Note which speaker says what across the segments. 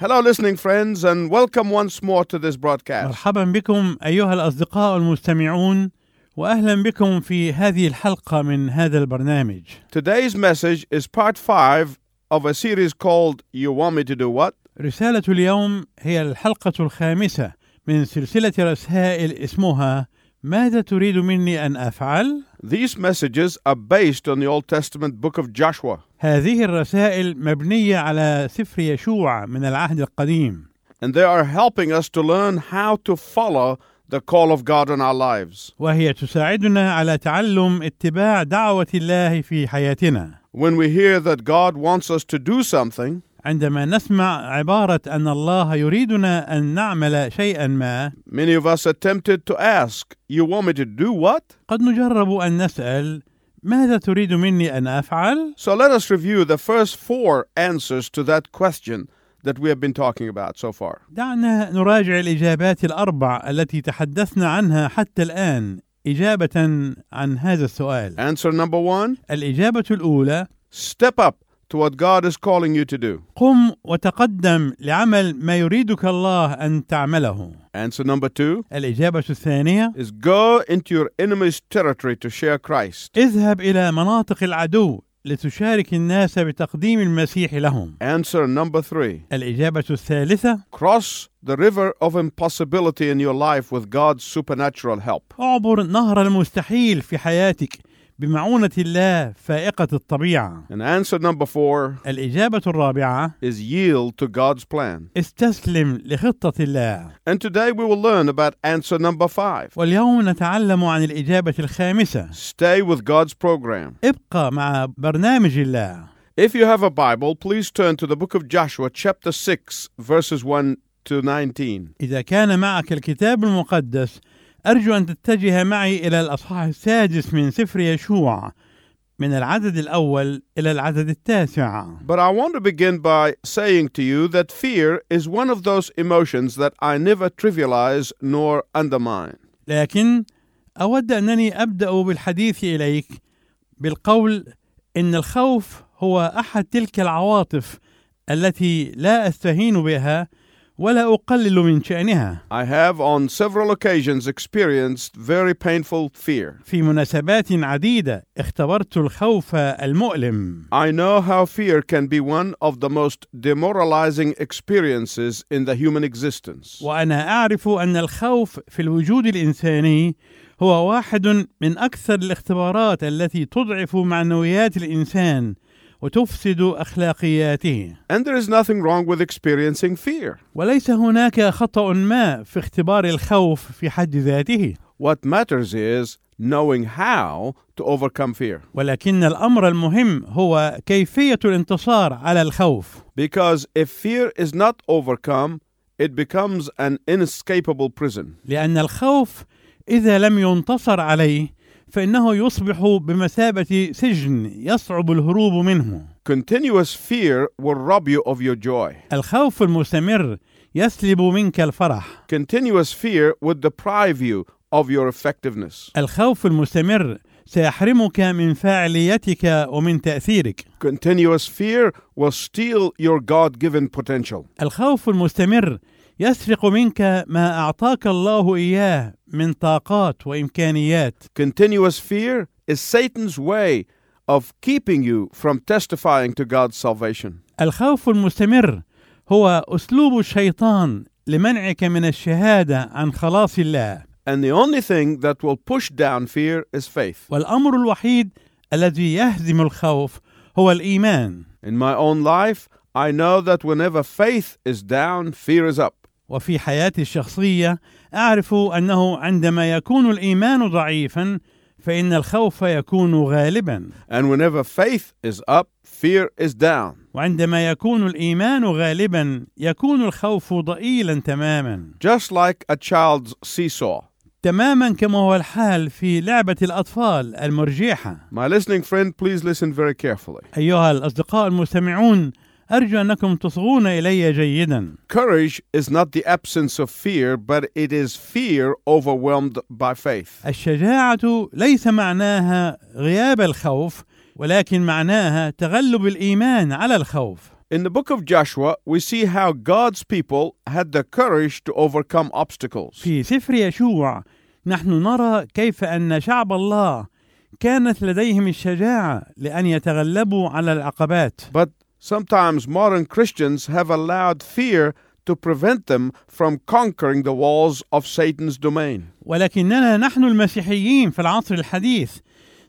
Speaker 1: Hello, listening friends, and welcome once more to this broadcast.
Speaker 2: مرحبا بكم أيها الأصدقاء المستمعون وأهلا بكم في هذه الحلقة من هذا البرنامج
Speaker 1: Today's message is part five of a series called You Want Me to Do What?
Speaker 2: رسالة اليوم هي الحلقة الخامسة من سلسلة رسائل اسمها ماذا تريد مني أن أفعل؟
Speaker 1: These messages are based on the Old Testament book of Joshua,
Speaker 2: هذه الرسائل مبنية على سفر يشوع من العهد القديم
Speaker 1: and they are helping us to learn how to follow the call of God in our lives.
Speaker 2: وهي تساعدنا على تعلم اتباع دعوة الله في حياتنا
Speaker 1: When we hear that God wants us to do something,
Speaker 2: عندما نسمع عبارة أن الله يريدنا أن نعمل شيئا ما
Speaker 1: many of us are tempted to ask, You want me to do what?
Speaker 2: قد نجرب أن نسأل ماذا تريد مني أن أفعل؟
Speaker 1: So let us review the first four answers to that question that we have been talking about so far.
Speaker 2: دعنا نراجع الإجابات الأربع التي تحدثنا عنها حتى الآن إجابة عن هذا السؤال.
Speaker 1: Answer number one
Speaker 2: الإجابة الأولى:
Speaker 1: Step up to what God is calling you to do.
Speaker 2: قم وتقدم لعمل ما يريدك الله أن تعمله.
Speaker 1: Answer number two
Speaker 2: الإجابة الثانية:
Speaker 1: is go into your enemy's territory to share Christ.
Speaker 2: اذهب إلى مناطق العدو لتشارك الناس بتقديم المسيح لهم.
Speaker 1: Answer number three
Speaker 2: الإجابة الثالثة:
Speaker 1: cross the river of impossibility in your life with God's supernatural help.
Speaker 2: اعبر نهر المستحيل في حياتك بمعونة الله فائقة الطبيعة.
Speaker 1: And answer number four
Speaker 2: الإجابة الرابعة:
Speaker 1: is yield to God's plan.
Speaker 2: استسلم لخطة الله.
Speaker 1: And today we will learn about answer number five
Speaker 2: واليوم نتعلم عن الإجابة الخامسة:
Speaker 1: stay with God's program.
Speaker 2: ابقى مع برنامج الله.
Speaker 1: If you have a Bible, please turn to the book of Joshua, chapter 6, verses 1 to 19.
Speaker 2: إذا كان معك الكتاب المقدس أرجو أن تتجه معي إلى الأصحاح السادس من سفر يشوع من العدد الأول إلى العدد التاسع.
Speaker 1: But I want to begin by saying to you that fear is one of those emotions that I never trivialize nor undermine.
Speaker 2: لكن أود أنني أبدأ بالحديث إليك بالقول إن الخوف هو أحد تلك العواطف التي لا أستهين بها ولا أقلل من شأنها
Speaker 1: I have on several occasions experienced very painful fear.
Speaker 2: في مناسبات عديدة اختبرت الخوف المؤلم
Speaker 1: I know how fear can be one of the most demoralizing experiences in the human existence.
Speaker 2: وأنا أعرف أن الخوف في الوجود الإنساني هو واحد من أكثر الاختبارات التي تضعف معنويات الإنسان وتفسد أخلاقياته
Speaker 1: And there is nothing wrong with experiencing fear.
Speaker 2: وليس هناك خطأ ما في اختبار الخوف في حد ذاته،
Speaker 1: What matters is knowing how to overcome fear.
Speaker 2: ولكن الأمر المهم هو كيفية الانتصار على الخوف،
Speaker 1: Because if fear is not overcome, it becomes an inescapable prison.
Speaker 2: لأن الخوف إذا لم ينتصر عليه فإنه يصبح بمثابة سجن يصعب الهروب منه.
Speaker 1: Continuous fear will rob you of your joy.
Speaker 2: الخوف المستمر يسلب منك الفرح،
Speaker 1: Continuous fear would deprive you of your effectiveness.
Speaker 2: الخوف المستمر سيحرمك من فاعليتك ومن تأثيرك.
Speaker 1: Continuous fear will steal your God given potential.
Speaker 2: الخوف المستمر يسرق منك ما اعطاك الله اياه من طاقات وامكانيات
Speaker 1: Continuous fear is Satan's way of keeping you from testifying to God's salvation.
Speaker 2: الخوف المستمر هو اسلوب الشيطان لمنعك من الشهاده عن خلاص الله
Speaker 1: And the only thing that will push down fear is faith.
Speaker 2: والامر الوحيد الذي يهزم الخوف هو الايمان
Speaker 1: In my own life, I know that whenever faith is down, fear is up.
Speaker 2: وفي حياتي الشخصيه اعرف انه عندما يكون الايمان ضعيفا فان الخوف يكون غالبا
Speaker 1: And whenever faith is up, fear is down.
Speaker 2: وعندما يكون الايمان غالبا يكون الخوف ضئيلا تماما
Speaker 1: Just like a child's seesaw.
Speaker 2: تماما كما هو الحال في لعبه الاطفال المرجحه
Speaker 1: My listening friend, please listen very carefully.
Speaker 2: ايها الاصدقاء المستمعون ارجو انكم تصغون الي جيدا
Speaker 1: Courage is not the absence of fear, but it is fear overwhelmed by faith.
Speaker 2: الشجاعه ليس معناها غياب الخوف ولكن معناها تغلب الايمان على الخوف
Speaker 1: In the book of Joshua, we see how God's people had the courage to overcome obstacles.
Speaker 2: في سفر يشوع نحن نرى كيف أن شعب الله كانت لديهم الشجاعة لأن يتغلبوا على العقبات
Speaker 1: But sometimes modern Christians have allowed fear to prevent them from conquering the walls of Satan's domain.
Speaker 2: ولكننا نحن المسيحيين في العصر الحديث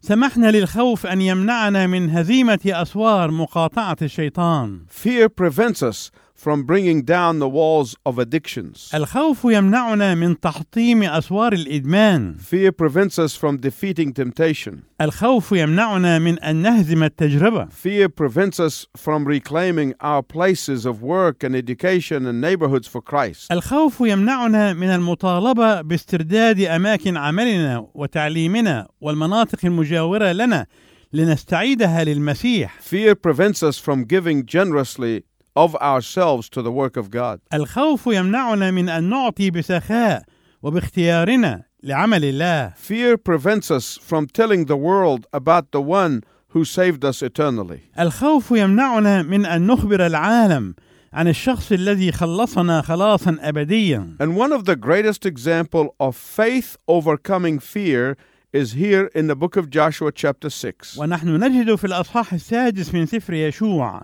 Speaker 2: سمحنا للخوف أن يمنعنا من هزيمة أسوار مقاطعة الشيطان
Speaker 1: Fear prevents us from bringing down the walls of addictions.
Speaker 2: الخوف يمنعنا من تحطيم أسوار الإدمان
Speaker 1: Fear prevents us from defeating temptation.
Speaker 2: الخوف يمنعنا من أن نهزم التجربة
Speaker 1: Fear prevents us from reclaiming our places of work and education and neighborhoods for Christ.
Speaker 2: الخوف يمنعنا من المطالبة باسترداد أماكن عملنا وتعليمنا والمناطق المجاورة لنا لنستعيدها للمسيح
Speaker 1: Fear prevents us from giving generously of ourselves to the work of God.
Speaker 2: الخوف يمنعنا من أن نعطي بسخاء وباختيارنا لعمل الله
Speaker 1: Fear prevents us from telling the world about the one who saved us eternally.
Speaker 2: الخوف يمنعنا من أن نخبر العالم عن الشخص الذي خلصنا خلاصا أبديا
Speaker 1: And one of the greatest example of faith overcoming fear is here in the book of Joshua chapter 6.
Speaker 2: ونحن نجد في الأصحاح السادس من سفر يشوع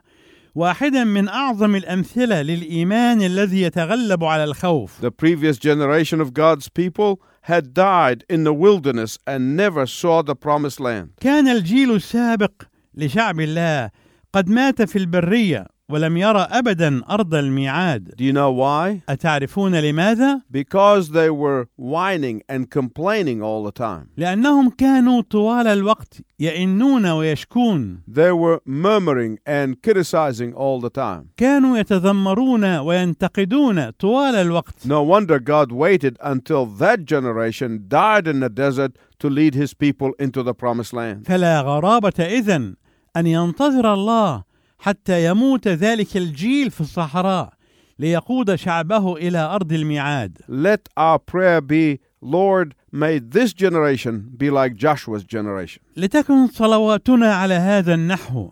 Speaker 2: واحدا من أعظم الأمثلة للإيمان الذي يتغلب على الخوف
Speaker 1: The previous generation of God's people had died in the wilderness and never saw the promised land.
Speaker 2: كان الجيل السابق لشعب الله قد مات في البرية ولم يرى أبدا أرض الميعاد
Speaker 1: Do you know why?
Speaker 2: أتعرفون لماذا؟
Speaker 1: Because they were whining and complaining all the time.
Speaker 2: لأنهم كانوا طوال الوقت يئنون ويشكون
Speaker 1: They were murmuring and criticizing all the time.
Speaker 2: كانوا يتذمرون وينتقدون طوال الوقت
Speaker 1: No wonder God waited until that generation died in the desert to lead his people into the promised land.
Speaker 2: فلا غرابة إذن أن ينتظر الله حتى يموت ذلك الجيل في الصحراء ليقود شعبه إلى أرض الميعاد
Speaker 1: Let our prayer be, Lord, may this generation be like Joshua's generation.
Speaker 2: لتكن صلواتنا على هذا النحو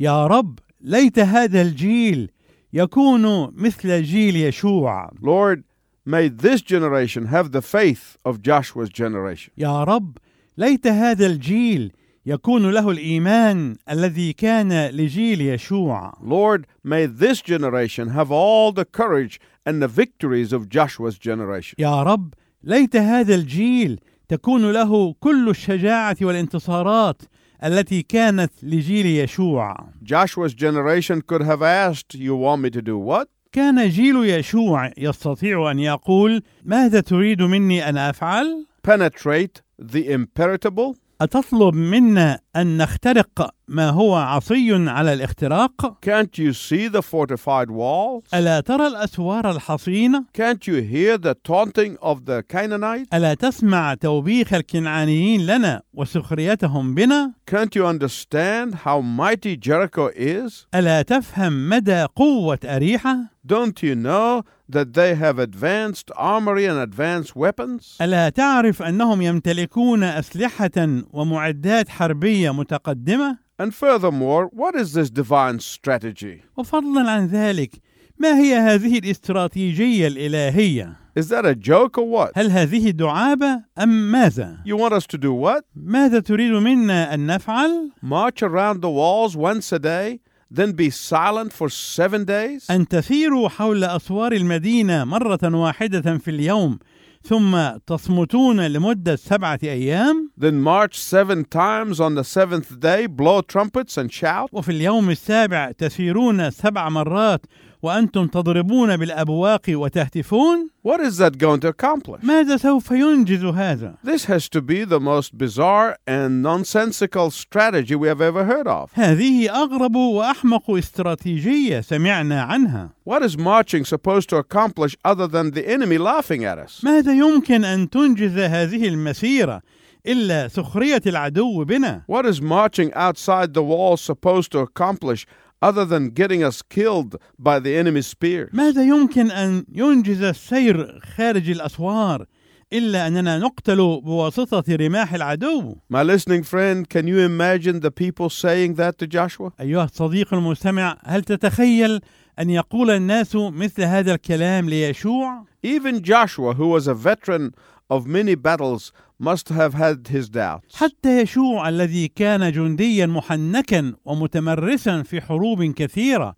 Speaker 2: يا رب ليت هذا الجيل يكون مثل جيل يشوع
Speaker 1: Lord, may this generation have the faith of Joshua's generation.
Speaker 2: يا رب ليت هذا الجيل يكون له الإيمان الذي كان لجيل يشوع
Speaker 1: Lord, may this generation have all the courage and the victories of Joshua's generation.
Speaker 2: يا رب ليت هذا الجيل تكون له كل الشجاعة والانتصارات التي كانت لجيل يشوع
Speaker 1: Joshua's generation could have asked, You want me to do what?
Speaker 2: كان جيل يشوع يستطيع أن يقول ماذا تريد مني أن أفعل؟
Speaker 1: Penetrate the imperitable?
Speaker 2: أتطلب منا أن نخترق ما هو عصي على الاختراق؟
Speaker 1: Can't you see the fortified walls?
Speaker 2: ألا ترى الأسوار الحصينة؟
Speaker 1: Can't you hear the taunting of the Canaanites?
Speaker 2: ألا تسمع توبيخ الكنعانيين لنا وسخريتهم بنا؟
Speaker 1: Can't you understand how mighty Jericho is?
Speaker 2: ألا تفهم مدى قوة أريحة؟
Speaker 1: Don't you know that they have advanced armory and advanced weapons?
Speaker 2: ألا تعرف أنهم يمتلكون أسلحة ومعدات حربية متقدمة؟
Speaker 1: And furthermore, what is this divine strategy?
Speaker 2: وفضلا عن ذلك، ما هي هذه الاستراتيجية الإلهية؟
Speaker 1: Is that a joke or what?
Speaker 2: هل هذه دعابة أم ماذا؟
Speaker 1: You want us to do what?
Speaker 2: ماذا تريد منا أن نفعل؟
Speaker 1: March around the walls once a day, then be silent for seven days?
Speaker 2: أن تسيروا حول أسوار المدينة مرة واحدة في اليوم، ثم تصمتون لمدة سبعة أيام؟
Speaker 1: Then march seven times on the seventh day, blow trumpets and shout?
Speaker 2: وفي اليوم السابع تسيرون سبع مرات وأنتم تضربون بالأبواق وتهتفون؟
Speaker 1: What is that going to accomplish?
Speaker 2: ماذا سوف ينجز هذا؟
Speaker 1: This has to be the most bizarre and nonsensical strategy we have ever heard of.
Speaker 2: هذه أغرب وأحمق استراتيجية سمعنا عنها.
Speaker 1: What is marching supposed to accomplish other than the enemy laughing at us?
Speaker 2: ماذا يمكن أن تنجز هذه المسيرة إلا سخرية العدو بنا؟
Speaker 1: What is marching outside the walls supposed to accomplish other than getting us killed by the enemy's spear?
Speaker 2: ماذا يمكن أن ينجز السير خارج الأسوار الا اننا نقتل بواسطه رماح العدو
Speaker 1: My listening friend, can you imagine the people saying that to Joshua?
Speaker 2: ايها الصديق المستمع هل تتخيل ان يقول الناس مثل هذا الكلام ليشوع
Speaker 1: Even Joshua, who was a veteran of many battles, must have had his doubts.
Speaker 2: حتى يشوع الذي كان جنديا محنكا ومتمرسا في حروب كثيره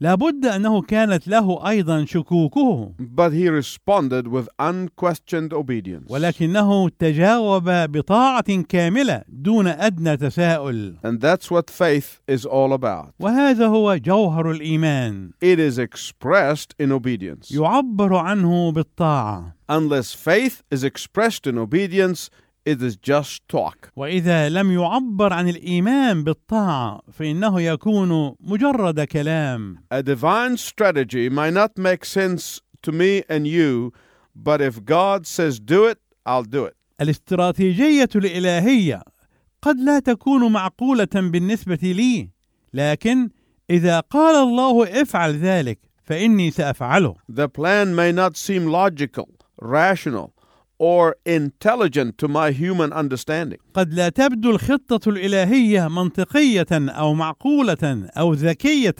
Speaker 2: لابد انه كانت له ايضا شكوكه
Speaker 1: But he responded with unquestioned obedience.
Speaker 2: ولكنه تجاوب بطاعه كامله دون ادنى تساؤل
Speaker 1: And that's what faith is all about.
Speaker 2: وهذا هو جوهر الايمان
Speaker 1: It is expressed in obedience.
Speaker 2: يعبر عنه بالطاعه
Speaker 1: Unless faith is expressed in obedience, it is just talk.
Speaker 2: واذا لم يعبر عن الايمان بالطاعه فانه يكون مجرد كلام
Speaker 1: A divine strategy might not make sense to me and you, but if God says do it, I'll do it.
Speaker 2: الاستراتيجيه الالهيه قد لا تكون معقوله بالنسبه لي لكن اذا قال الله افعل ذلك فاني سافعله
Speaker 1: The plan may not seem logical, rational, or intelligent to my human understanding,
Speaker 2: قد لا تبدو الخطة الإلهية منطقية أو معقولة أو ذكية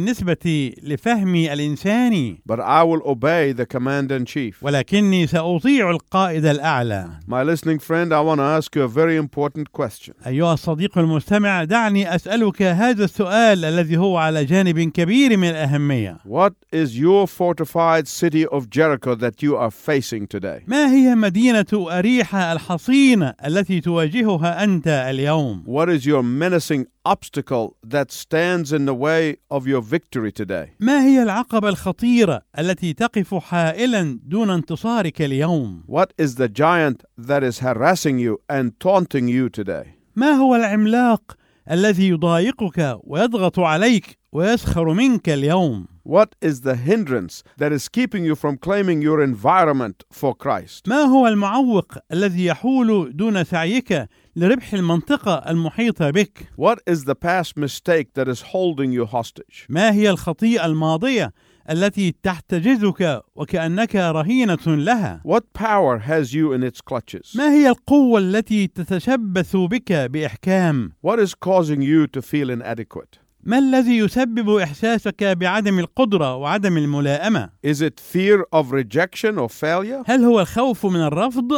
Speaker 2: بالنسبة لفهمي الإنساني،
Speaker 1: but I will obey the command in chief.
Speaker 2: ولكني سأطيع القائد الأعلى.
Speaker 1: My listening friend, I want to ask you a very important question.
Speaker 2: أيها الصديق المستمع، دعني أسألك هذا السؤال الذي هو على جانب كبير من الأهمية.
Speaker 1: What is your fortified city of Jericho that you are facing today?
Speaker 2: ما هي مدينة أريحة الحصينة التي تواجهها أنت اليوم؟
Speaker 1: What is your menacing obstacle that stands in the way of your victory today?
Speaker 2: ما هي العقبة الخطيرة التي تقف حائلا دون انتصارك اليوم؟
Speaker 1: What is the giant that is harassing you and taunting you today?
Speaker 2: ما هو العملاق الذي يضايقك ويضغط عليك ويسخر منك اليوم
Speaker 1: What is the hindrance that is keeping you from claiming your environment for Christ?
Speaker 2: ما هو المعوق الذي يحول دون سعيك لربح المنطقه المحيطه بك
Speaker 1: What is the past mistake that is holding you hostage?
Speaker 2: ما هي الخطيئه الماضيه التي تحتجزك وكانك رهينه لها
Speaker 1: What power has you in its clutches?
Speaker 2: ما هي القوه التي تتشبث بك باحكام
Speaker 1: What is causing you to feel inadequate?
Speaker 2: ما الذي يسبب احساسك بعدم القدره وعدم الملائمه
Speaker 1: Is it fear of rejection or failure?
Speaker 2: هل هو الخوف من الرفض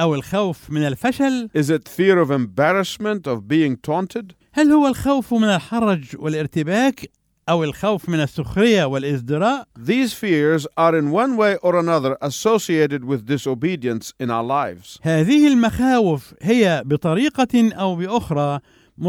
Speaker 2: او الخوف من الفشل
Speaker 1: Is it fear of embarrassment, of being taunted?
Speaker 2: هل هو الخوف من الحرج والارتباك أو الخوف من السخرية والازدراء؟
Speaker 1: These fears are in one way or another associated with disobedience in our lives.
Speaker 2: هذه المخاوف هي بطريقة أو بأخرى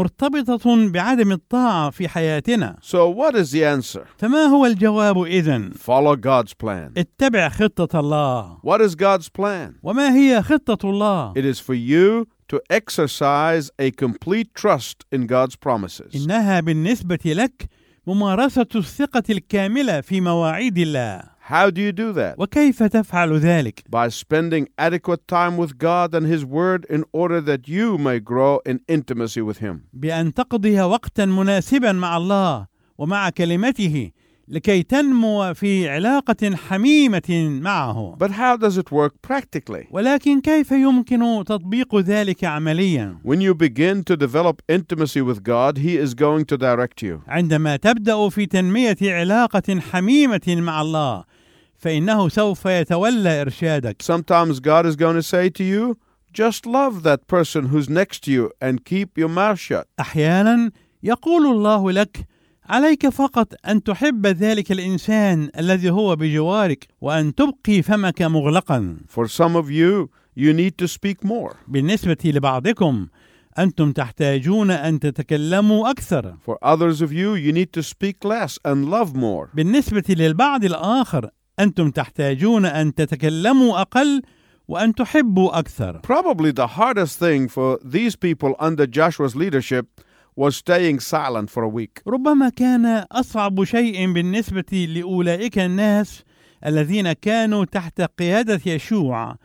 Speaker 2: مرتبطة بعدم الطاعة في حياتنا،
Speaker 1: So, what is the answer?
Speaker 2: فما هو الجواب إذن؟
Speaker 1: Follow God's plan.
Speaker 2: اتبع خطة الله،
Speaker 1: What is God's plan?
Speaker 2: وما هي خطة الله؟
Speaker 1: It is for you to exercise a complete trust in God's promises.
Speaker 2: إنها بالنسبة لك ممارسة الثقة الكاملة في مواعيد الله،
Speaker 1: How do you do that?
Speaker 2: وكيف تفعل ذلك؟
Speaker 1: By spending adequate time with God and His Word in order that you may grow in intimacy with Him.
Speaker 2: بأن تقضي وقتا مناسبا مع الله ومع كلمته لكي تنمو في علاقة حميمة معه
Speaker 1: But how does it work practically?
Speaker 2: ولكن كيف يمكن تطبيق ذلك عمليا؟
Speaker 1: When you begin to develop intimacy with God, He is going to direct you.
Speaker 2: عندما تبدأ في تنمية علاقة حميمة مع الله فإنه سوف يتولى إرشادك
Speaker 1: Sometimes God is going to say to you, just love that person who's next to you and keep your mouth shut.
Speaker 2: أحيانا يقول الله لك عليك فقط أن تحب ذلك الإنسان الذي هو بجوارك وأن تبقي فمك مغلقا
Speaker 1: For some of you, you need to speak more.
Speaker 2: بالنسبة لبعضكم أنتم تحتاجون أن تتكلموا أكثر
Speaker 1: For others of you, you need to speak less and love more.
Speaker 2: بالنسبة للبعض الآخر أنتم تحتاجون أن تتكلموا أقل وأن تحبوا أكثر
Speaker 1: Probably the hardest thing for these people under Joshua's leadership was staying silent for a week.
Speaker 2: ربما كان أصعب شيء بالنسبة لأولئك الناس الذين كانوا تحت قيادة يشوع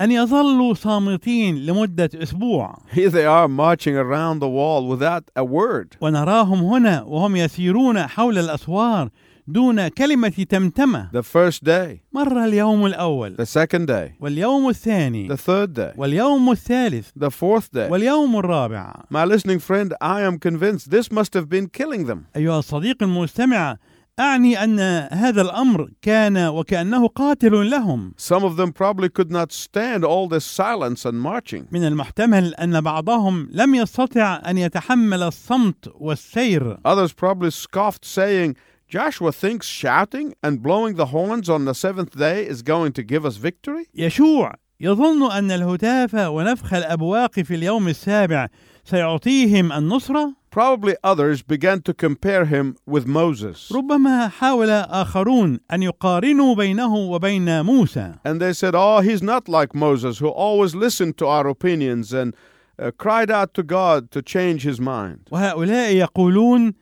Speaker 2: أن يظلوا صامتين لمدة أسبوع
Speaker 1: Here they are marching around the wall without a word.
Speaker 2: ونراهم هنا وهم يسيرون حول الأسوار دون كلمة تمتمة
Speaker 1: the first day,
Speaker 2: مر اليوم الأول
Speaker 1: the second day,
Speaker 2: واليوم الثاني
Speaker 1: the third day,
Speaker 2: واليوم الثالث
Speaker 1: the fourth day.
Speaker 2: واليوم الرابع
Speaker 1: My listening friend, I am convinced this must have been killing them.
Speaker 2: أيها الصديق المستمع أعني أن هذا الأمر كان وكأنه قاتل لهم
Speaker 1: Some of them probably could not stand all this silence and marching.
Speaker 2: من المحتمل أن بعضهم لم يستطع أن يتحمل الصمت والسير
Speaker 1: Others probably scoffed, saying, Joshua thinks shouting and blowing the horns on the seventh day is going to give us victory?
Speaker 2: يشوع يظن أن الهتاف ونفخ الأبواق في اليوم السابع سيعطيهم النصرة
Speaker 1: Probably others began to compare him with Moses.
Speaker 2: ربما حاول آخرون أن يقارنوا بينه وبين موسى
Speaker 1: And they said, Oh, he's not like Moses, who always listened to our opinions and uh, cried out to God to change his mind.
Speaker 2: وهؤلاء يقولون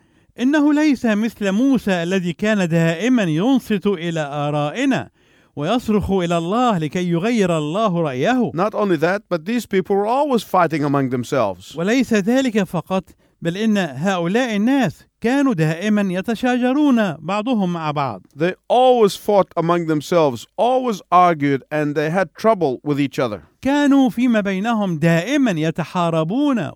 Speaker 2: انه ليس مثل موسى الذي كان دائما ينصت الى ارائنا ويصرخ الى الله لكي يغير الله رايه
Speaker 1: Not only that, but these people were always fighting among themselves.
Speaker 2: وليس ذلك فقط بل ان هؤلاء الناس كانوا دائما يتشاجرون بعضهم مع بعض
Speaker 1: They always fought among themselves, always argued, and they had trouble with each other.
Speaker 2: كانوا فيما بينهم دائما يتحاربون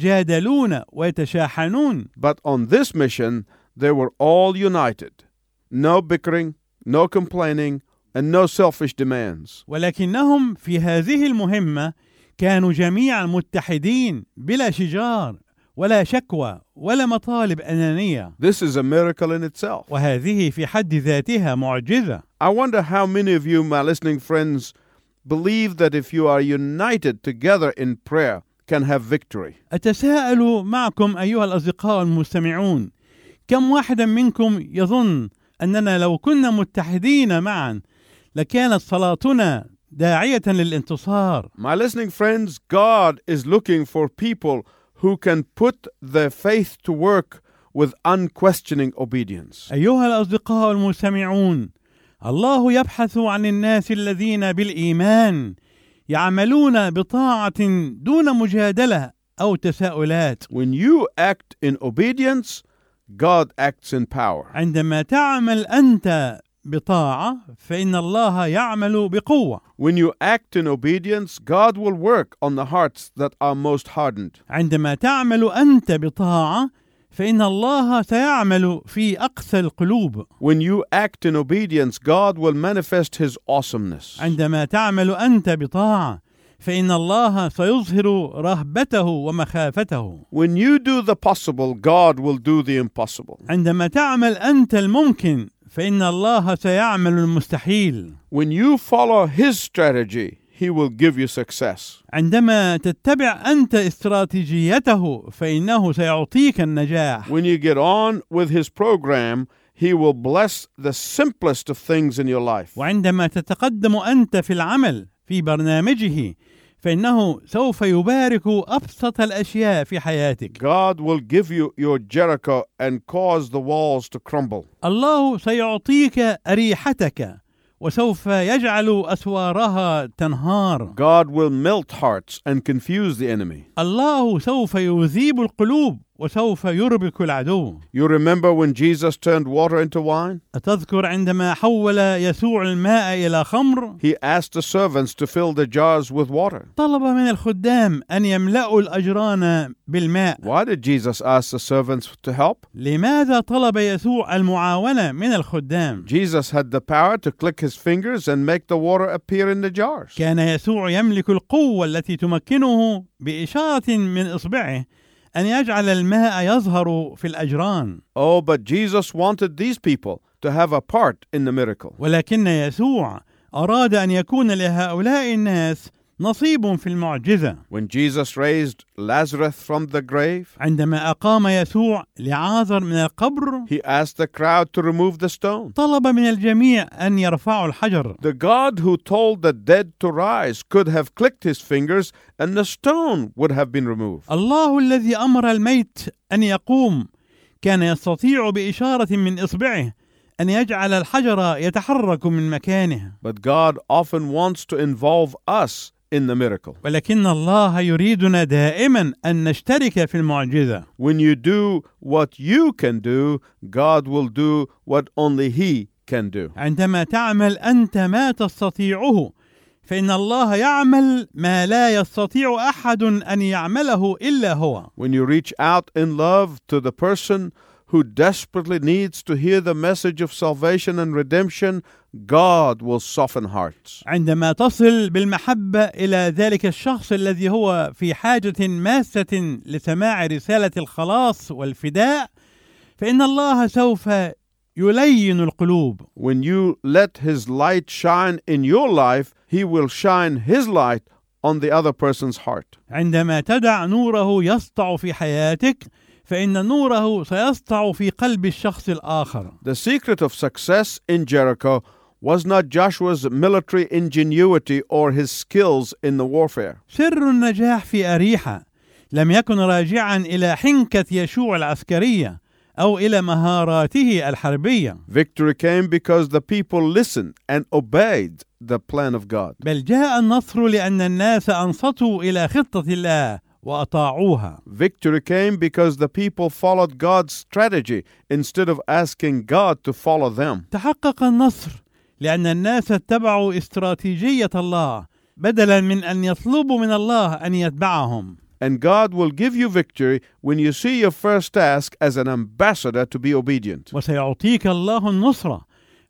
Speaker 2: ويتجادلون ويتشاحنون
Speaker 1: But on this mission, they were all united. No bickering, no complaining, and no selfish demands.
Speaker 2: ولكنهم في هذه المهمة كانوا جميعا متحدين بلا شجار ولا شكوى ولا مطالب أنانية
Speaker 1: This is a miracle in itself.
Speaker 2: وهذه في حد ذاتها معجزة
Speaker 1: I wonder how many of you, my listening friends, believe that if you are united together in prayer, can have victory.
Speaker 2: أتساءل معكم أيها الأصدقاء المستمعون كم واحدا منكم يظن أننا لو كنا متحدين معا لكانت صلاتنا داعية للانتصار
Speaker 1: My listening friends, God is looking for people who can put their faith to work with unquestioning obedience.
Speaker 2: أيها الأصدقاء المستمعون، الله يبحث عن الناس الذين بالإيمان يعملون بطاعة دون مجادلة أو تساؤلات،
Speaker 1: When you act in obedience, God acts in power.
Speaker 2: عندما تعمل أنت بطاعة فإن الله يعمل بقوة،
Speaker 1: When you act in obedience, God will work on the hearts that are most hardened.
Speaker 2: عندما تعمل أنت بطاعة فإن الله سيعمل في أقسى القلوب،
Speaker 1: When you act in obedience, God will manifest His awesomeness.
Speaker 2: عندما تعمل أنت بطاعة فإن الله سيظهر رهبته ومخافته.
Speaker 1: When you do the possible, God will do the impossible.
Speaker 2: عندما تعمل أنت الممكن فإن الله سيعمل المستحيل
Speaker 1: When you follow His strategy, He will give you success.
Speaker 2: عندما تتبع أنت استراتيجيته فإنه سيعطيك النجاح
Speaker 1: When you get on with His program, He will bless the simplest of things in your life.
Speaker 2: وعندما تتقدم أنت في العمل في برنامجه فإنه سوف يبارك أبسط الأشياء في حياتك
Speaker 1: God will give you your Jericho and cause the walls to crumble.
Speaker 2: الله سيعطيك أريحتك وسوف يجعل أسوارها تنهار
Speaker 1: God will melt hearts and confuse the enemy.
Speaker 2: الله سوف يذيب القلوب وسوف يربك العدو
Speaker 1: You remember when Jesus turned water into wine?
Speaker 2: أتذكر عندما حول يسوع الماء إلى خمر
Speaker 1: He asked the servants to fill the jars with water.
Speaker 2: طلب من الخدام أن يملأوا الأجران بالماء
Speaker 1: Why did Jesus ask the servants to help?
Speaker 2: لماذا طلب يسوع المعاونة من الخدام؟
Speaker 1: Jesus had the power to click his fingers and make the water appear in the jars.
Speaker 2: كان يسوع يملك القوة التي تمكنه بإشارة من إصبعه أن يجعل الماء يظهر في الأجران
Speaker 1: Oh, but Jesus wanted these people to have a part in the miracle.
Speaker 2: ولكن يسوع أراد أن يكون لهؤلاء الناس نصيب في المعجزة
Speaker 1: When Jesus raised Lazarus from the grave,
Speaker 2: عندما أقام يسوع لعازر من القبر
Speaker 1: he asked the crowd to remove the stone.
Speaker 2: طلب من الجميع أن يرفعوا الحجر
Speaker 1: The God who told the dead to rise could have clicked his fingers and the stone would have been removed.
Speaker 2: الله الذي أمر الميت أن يقوم كان يستطيع بإشارة من إصبعه أن يجعل الحجر يتحرك من مكانه
Speaker 1: But God often wants to involve us in the miracle.
Speaker 2: ولكن الله يريدنا دائما ان نشترك في المعجزه
Speaker 1: When you do what you can do, God will do what only He can do.
Speaker 2: عندما تعمل انت ما تستطيعه فان الله يعمل ما لا يستطيع احد ان يعمله الا هو
Speaker 1: When you reach out in love to the person who desperately needs to hear the message of salvation and redemption, God will soften hearts.
Speaker 2: عندما تصل بالمحبه الى ذلك الشخص الذي هو في حاجه ماسه لسماع رساله الخلاص والفداء فان الله سوف يلين القلوب
Speaker 1: When you let His light shine in your life, He will shine His light on the other person's heart.
Speaker 2: عندما تدع نوره يسطع في حياتك فان نوره سيسطع في قلب الشخص الاخر
Speaker 1: The secret of success in Jericho was not Joshua's military ingenuity or his skills in the warfare.
Speaker 2: سر النجاح في أريحة لم يكن راجعا إلى حنكة يشوع العسكرية أو إلى مهاراته الحربية
Speaker 1: Victory came because the people listened and obeyed the plan of God.
Speaker 2: بل جاء النصر لأن الناس أنصتوا إلى خطة الله وأطاعوها
Speaker 1: Victory came because the people followed God's strategy instead of asking God to follow them.
Speaker 2: تحقق النصر لأن الناس اتبعوا استراتيجية الله بدلا من أن يطلبوا من الله أن يتبعهم
Speaker 1: And God will give you victory when you see your first task as an ambassador to be obedient.
Speaker 2: وسيعطيك الله النصرة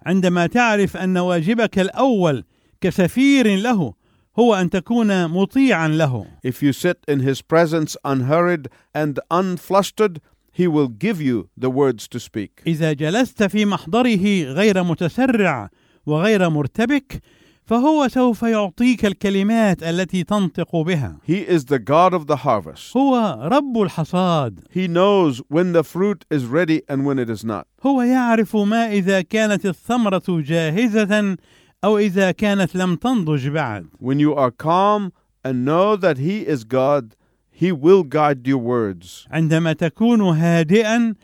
Speaker 2: عندما تعرف أن واجبك الأول كسفير له هو أن تكون مطيعا له
Speaker 1: If you sit in His presence unhurried and unflustered, He will give you the words to speak.
Speaker 2: إذا جلست في محضره غير متسرع وغير مرتبك فهو سوف يعطيك الكلمات التي تنطق بها
Speaker 1: He is the God of the harvest.
Speaker 2: هو رب الحصاد
Speaker 1: He knows when the fruit is ready and when it is not.
Speaker 2: هو يعرف ما إذا كانت الثمرة جاهزة أو إذا كانت لم تنضج بعد
Speaker 1: When you are calm and know that He is God, He will guide your words.
Speaker 2: عندما تكون هادئا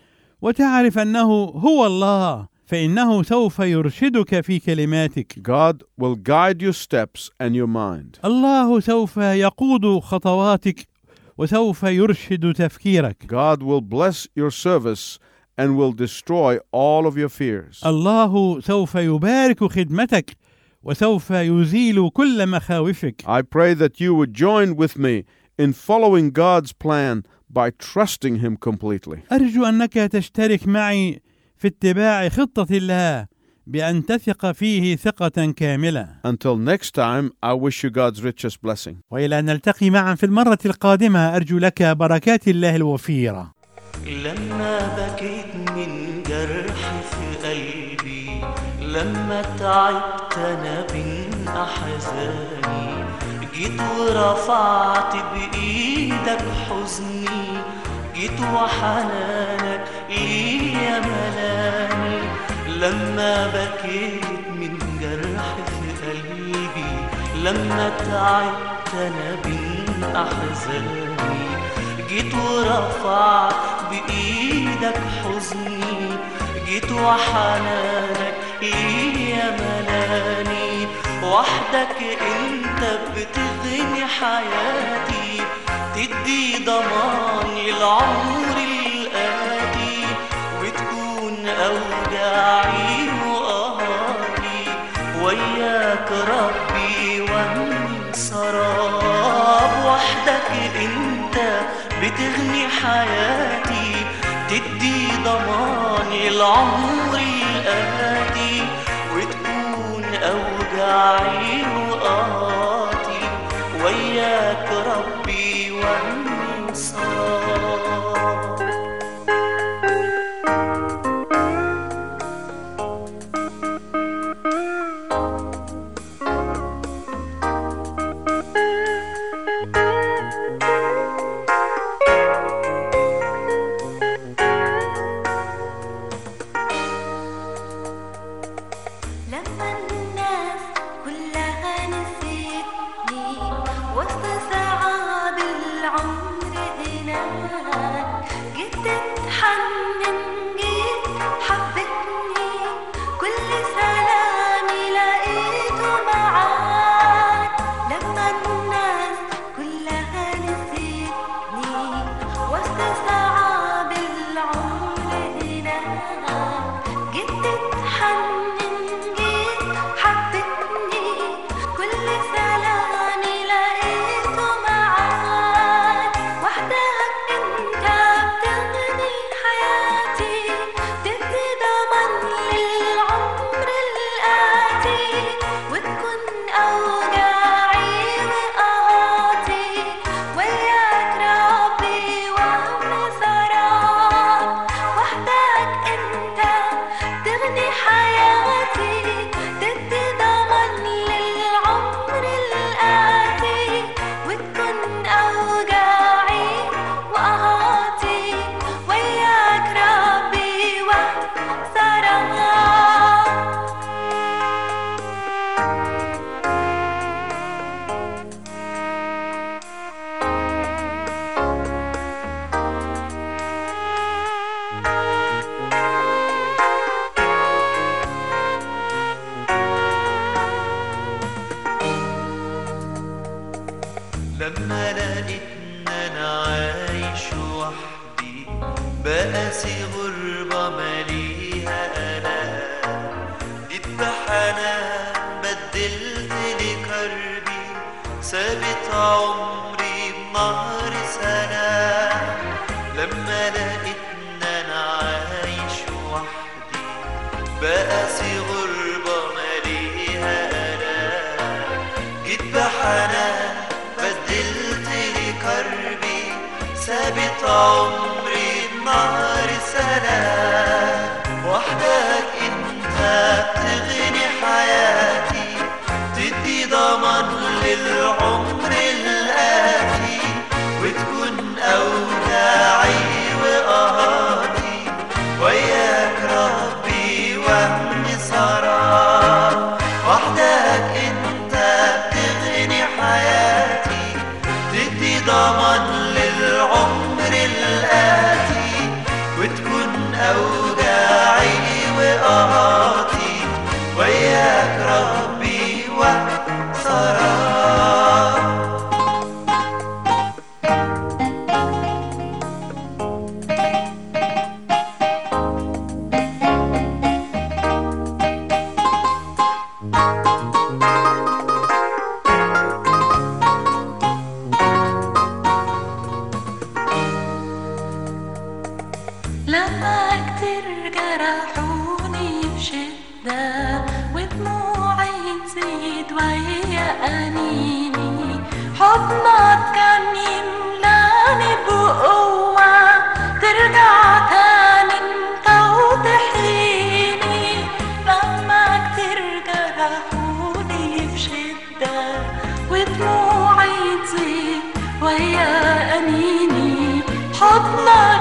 Speaker 2: وتعرف أنه هو الله فإنه سوف يرشدك في كلماتك
Speaker 1: God will guide your steps and your mind.
Speaker 2: الله سوف يقود خطواتك وسوف يرشد تفكيرك
Speaker 1: God will bless your service and will destroy all of your fears.
Speaker 2: الله سوف يبارك خدمتك وسوف يزيل كل مخاوفك
Speaker 1: I pray that you would join with me in following God's plan by trusting Him completely.
Speaker 2: ارجو انك تشترك معي في اتباع خطه الله بان تثق فيه ثقه كامله
Speaker 1: Until next time, I wish you God's richest blessing.
Speaker 2: والى ان نلتقي معا في المره القادمه ارجو لك بركات الله الوفيره
Speaker 3: لما بكيت من جرح في قلبي لما تعبت انا من احزاني جيت ورفعت بايدك حزني جيت وحنانك ليا ملاني لما بكيت من جرح في قلبي لما تعبت انا من احزاني جيت ورفعت بإيدك حزني جيت وحنانك ليا ملاني وحدك انت بتغني حياتي تدي ضمان للعمر الآتي بتكون أوجاعي وقهري وياك ربي وانصراب وحدك انت بتغني حياتي تدي ضمان العمر الآتي وتكون أوجاعي وقاتي وياك ربي وانصراب
Speaker 4: لما الناس كلها نسيتني وسط صعاب العمر هناك جيت تتحنن جيت حبتني كل سلامي لقيته معاك لما الناس
Speaker 3: بدلت لكربي ثابت عمري بنهر سلام لما لقيت ان انا عايش وحدي بقاسي غربة مليها ألام جيت بحنان بدلت لكربي ثابت عمري بنهر سلام وحدك انت بتغني حياتي تدي ضمان للعمر الآتي وتكون أوداعي وقهاتي وياك ربي وهم سراب وحدك انت بتغني حياتي تدي ضمان للعمر الآتي وتكون أوجاعي وقهاتي وياك ربي وهم سراب
Speaker 4: لما كتير جرحوني بشدة ودموعي تزيد ويا أنيني حضنك كان يملاني بقوة ترجع تاني انت وتحييني لما كتير جرحوني بشدة ودموعي تزيد ويا أنيني حضنك